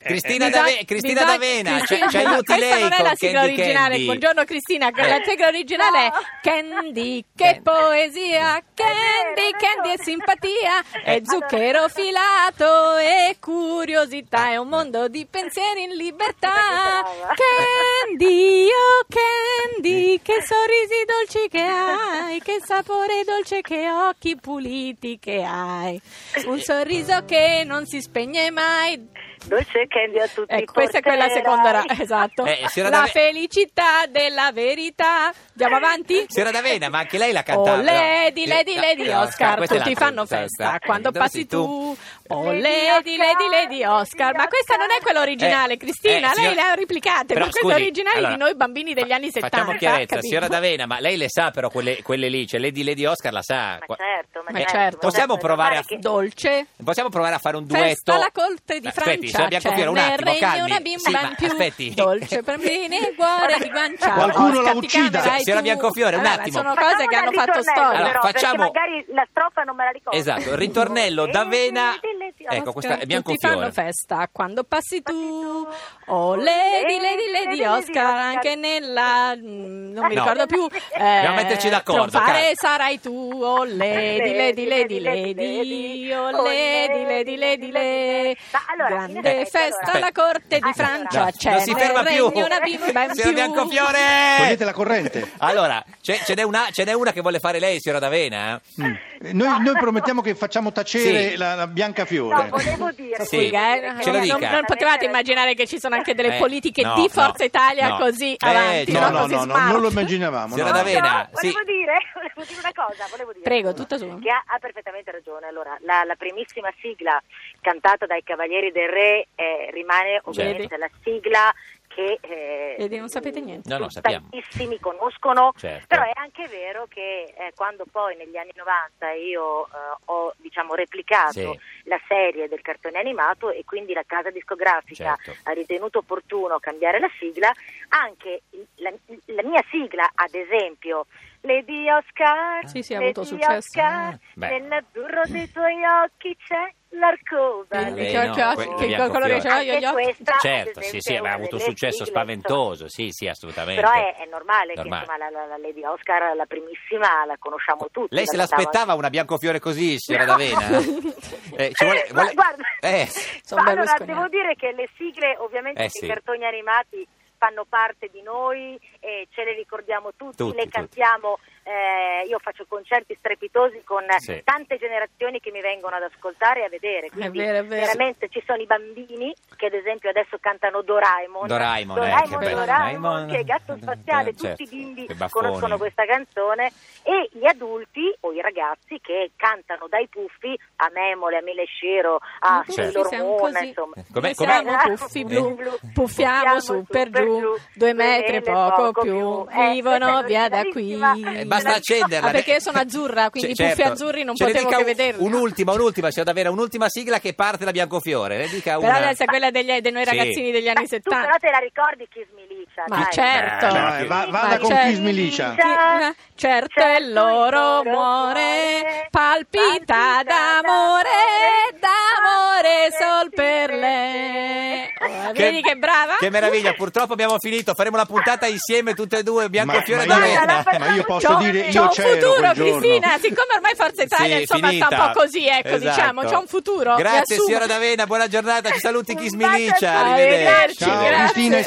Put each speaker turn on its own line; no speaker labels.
Cristina,
Mi sa-
D'Ave- Cristina
mi sa-
D'Avena, ci
Cristina-
ci aiuti
Questa
lei
non è
con
la sigla
Candy
originale.
Candy. Eh. Ah.
Buongiorno Cristina, con la sigla originale è
No.
Candy,
Candy.
che poesia, Candy,
vero,
Candy
ragione.
e simpatia,
Eh.
e zucchero filato e curiosità, è un mondo di pensieri in libertà.
Brava.
Candy, oh Candy, che sorrisi dolci che hai, che sapore dolce, che occhi puliti che hai, un sorriso che non si spegne mai,
Dolce candy a tutti i
Ecco, questa è quella
porterai.
seconda, ra- esatto.
Eh, signora
la
Dave-
felicità della verità. Andiamo avanti?
Signora D'Avena, ma anche lei la
Oh
cantava. no?
lady, lady,
Eh,
lady
no,
Oscar,
questa è
tutti
l'altra,
fanno
questa è
festa
l'altra.
quando
Dove
passi
sei
tu. Oh
Lady
lady, lady,
Oscar,
lady Oscar, ma
Lady
questa non è
Oscar.
quella originale,
Eh,
Cristina,
eh,
lei
signora-
la replicate,
Però,
ma questa è
scusi,
originale
allora,
di noi bambini degli
fa-
anni 70.
Facciamo chiarezza,
capito?
signora D'Avena, ma lei le sa però quelle, quelle lì, cioè Lady Lady Oscar la sa.
Ma certo, ma
Ma
Eh,
certo.
Possiamo
certo,
provare a...
guarda che-
Dolce.
Possiamo provare a fare un duetto.
Festa alla corte di
Aspetti,
Francia.
signora Biancofiore, un
c'è
attimo,
nel regno
calmi.
una bimba
Sì, ma
in più.
aspetti.
Dolce per me nel cuore di guancia.
Qualcuno la
Oscar, ti
uccida.
camerai tu.
Signora Biancofiore, un
Vabbè, ma
attimo.
Sono
Facciamo
cose che hanno
un
fatto
ritornello,
storia.
Allora,
però, perché
facciamo-
magari la strofa non me la ricordo.
Esatto, il ritornello d'Avena.
Lady, lady, lady,
Ecco, questa è
Oscar, Tutti fanno
Biancofiore.
festa quando passi tu.
tu.
Oh, lady,
Lady,
lady, lady
lady,
Oscar,
Oscar.
anche nella... mm, Non mi
No.
ricordo più.
Dobbiamo metterci d'accordo, calma.
Trombare sarai tu. Oh, lady, lady, lady, lady. Oh, lady, lady, lady, lady.
Ma allora, in
Grande
effetti,
Eh, festa
allora- Ah,
alla corte di
Aspetta.
Francia. cioè, eh,
No,
C'è
non si
nel
ferma più.
regno una bimba in
Signora
più.
Biancofiore!
Togliete la corrente.
Allora, c'è- ce n'è, una, ce n'è una che vuole fare lei, signora D'Avena?
Eh, Noi, noi promettiamo che facciamo tacere
Sì.
la, la Biancafiore.
No, volevo dire.
Sì,
volevo
Scusa, eh,
dire che-
ce lo
non-
dica.
Non, potevate immaginare che ci sono anche delle
Eh,
politiche
no,
di
no,
Forza Italia
no.
così
Eh,
avanti,
no,
No,
non
no,
così
no, no,
smart.
non lo immaginavamo.
Signora
no.
D'Avena.
No, volevo,
sì.
dire, volevo dire una cosa, volevo dire
Prego,
una cosa,
tutta sua.
Che ha, ha perfettamente ragione. Allora, la, la primissima sigla cantata dai Cavalieri del Re eh, rimane ovviamente la sigla che... eh,
Vedi, non sapete niente.
No, no, sappiamo.
Tantissimi conoscono,
Certo.
però è anche vero che eh, quando poi negli anni 90 io eh, ho diciamo replicato
Sì.
la serie del cartone animato e quindi la casa discografica
Certo.
ha ritenuto opportuno cambiare la sigla, anche il- la, la mia sigla, ad esempio, Lady Oscar,
Sì, sì, ha
Lady
avuto successo.
Oscar,
Ah, beh.
nell'azzurro dei tuoi occhi c'è
Vabbè, Eh, no, que-
Che, che-
l'arcobaleno.
che
Biancofiore.
colore ce l'ho io
Anche
gli occhi?
questa, ad
Certo, sì,
esempio,
sì,
è
aveva
una
avuto un
delle
successo
sigle,
spaventoso, sì, sì, assolutamente.
però è, è
Normale.
normale, che insomma, la, la- la Lady Oscar, la primissima, la conosciamo tutti.
Lei se
la cantava-
l'aspettava una Biancofiore così, signora D'Avena? Eh, ci vuole-
Ma
vuole-
guarda,
Eh,
Sono
ma allora
berlusconiani.
devo dire che le sigle ovviamente
Eh,
dei
sì.
cartoni animati fanno parte di noi e ce le ricordiamo tutti,
Tutti,
le
tutti.
cantiamo, eh, io faccio concerti strepitosi con
Sì.
tante generazioni che mi vengono ad ascoltare e a vedere, quindi
vero, è vero.
veramente ci sono i bambini che ad esempio adesso cantano Doraemon,
Doraemon, eh, che
Doraemon,
bello. Doraemon.
Doraemon, che è gatto spaziale,
Eh, certo.
tutti i bimbi
Che baffoni.
conoscono questa canzone e gli adulti o i ragazzi che cantano dai puffi a Memole, a Melescero, a
Puffi
Certo.
Sailor
siamo
Moon,
così.
insomma.
Com'è- com'è?
Siamo Eh, puffi blu, puffiamo su per giù, due metri e poco più,
Eh,
vivono
questa è
via da qui.
originalissima.
Eh, basta accenderla.
Ah, perché sono azzurra, quindi
Cioè,
i puffi
certo.
azzurri non
Ce ne
potevo
dica
che
un-
vederli.
Un'ultima, un'ultima, signora D'Avena, un'ultima sigla che parte da Biancofiore. Le dica
Però
una...
adesso è quella degli, dei noi
Sì.
ragazzini degli
Ma
anni
Tu però
70.
te la ricordi Kiss Me Licia,
Ma
dai.
certo.
Eh,
No, eh, va- vada
Ma
con
certo.
Kiss Milicia.
Sì, ma certo è il loro amore, palpita d'amore, d'amore sol per lei. Oh, Vedi che brava?
Che meraviglia, purtroppo abbiamo finito, faremo la puntata insieme tutte e due, Biancofiore e
ma,
io-
D'Avena.
ma io posso
C'ho-
dire,
c'ho
io
un
c'ero
futuro,
quel giorno.
Cristina. Siccome ormai Forza Italia
Sì,
insomma
finita.
sta un po' così, ecco,
Esatto.
diciamo, c'è un futuro.
Grazie
Mi assumo.
signora D'Avena, buona giornata, ci saluti
Un
Kiss
bacio a
Milicia,
tutti.
arrivederci.
Ciao
Grazie.
Cristina e